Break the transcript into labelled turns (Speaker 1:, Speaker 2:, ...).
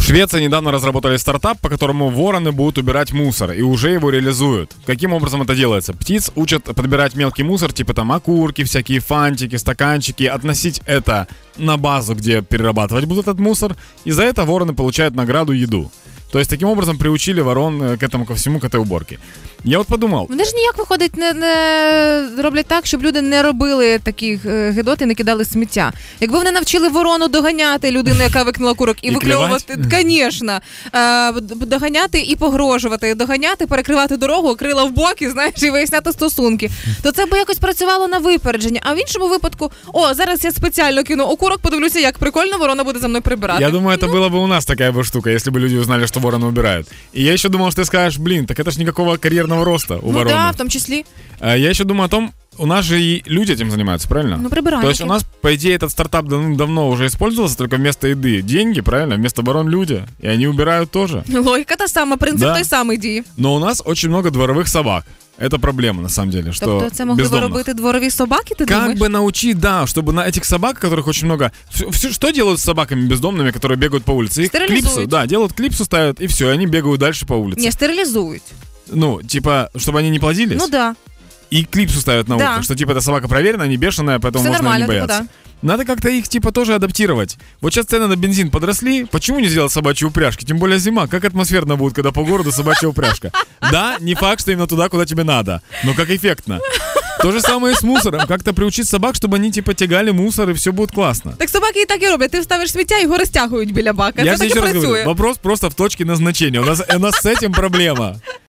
Speaker 1: Швеция недавно разработали стартап, по которому вороны будут убирать мусор, и уже его реализуют. Каким образом это делается? Птиц учат подбирать мелкий мусор, типа там окурки, всякие фантики, стаканчики, относить это на базу, где перерабатывать будут этот мусор, и за это вороны получают награду еду. То есть таким образом приучили ворон э, к этому ко всему, к этой уборке. Я вот подумал,
Speaker 2: Вони ж ніяк виходить, не, не роблять так, щоб люди не робили таких е, гидот і не кидали сміття. Якби вони навчили ворону доганяти людину, яка викинула курок, і,
Speaker 1: І
Speaker 2: викльовувати, звісно, е, д- доганяти і погрожувати, доганяти, перекривати дорогу, крила в боки, знаєш, і виясняти стосунки. То це б якось працювало на випередження. А в іншому випадку, о, зараз я спеціально кину окурок, подивлюся, як прикольно ворона буде за мною прибирати.
Speaker 1: я думаю, это было бы у нас такая бы штука, если бы люди узнали, что вороны убирают. И я еще думал, что ты скажешь, блин, так это ж никакого карьерного роста у
Speaker 2: ну так,
Speaker 1: ворона.
Speaker 2: да, в тому числі.
Speaker 1: А Я еще думаю о том, у нас же и люди этим занимаются, правильно?
Speaker 2: Ну, прибиральники.
Speaker 1: То есть Тобто у нас, по идее, этот стартап давно давно уже использовался, только вместо еды деньги, правильно? Вместо барон люди. И они убирают тоже.
Speaker 2: Логіка та сама, принцип
Speaker 1: Да.
Speaker 2: той самий дії.
Speaker 1: Но у нас очень много дворовых собак. Это проблема, на самом деле, что
Speaker 2: Тобто це могли би
Speaker 1: бездомных.
Speaker 2: робити дворові собаки, ти
Speaker 1: Как
Speaker 2: думаєш?
Speaker 1: бы научить, да, чтобы на этих собак, которых очень много... Всё- всё- что делают с собаками бездомными, которые бегают по улице? Их
Speaker 2: Стерилизуют.
Speaker 1: клипсы, да, делают клипсы, ставят, и все, они бегают дальше по улице.
Speaker 2: Ні, стерилізують.
Speaker 1: Ну, типа, чтобы они не плодились.
Speaker 2: Ну да.
Speaker 1: и клипсу ставят на
Speaker 2: Да.
Speaker 1: ухо, что типа эта собака проверена, не бешеная, поэтому
Speaker 2: Все
Speaker 1: можно
Speaker 2: нормально,
Speaker 1: не
Speaker 2: типа,
Speaker 1: бояться. Надо как-то их типа тоже адаптировать. Вот сейчас цены на бензин подросли, почему не сделать собачьи упряжки? Тем более зима, как атмосферно будет, когда по городу собачья упряжка. Да, не факт, что именно туда, куда тебе надо, но как эффектно. То же самое и с мусором. Как-то приучить собак, чтобы они типа тягали мусор, и все будет классно.
Speaker 2: Так собаки і так і роблять. Ти вставиш сміття, його розтягують біля бака.
Speaker 1: Я
Speaker 2: Це
Speaker 1: же
Speaker 2: так і
Speaker 1: еще раз
Speaker 2: працює.
Speaker 1: говорю, вопрос просто в точке назначения. У нас, у нас с этим проблема.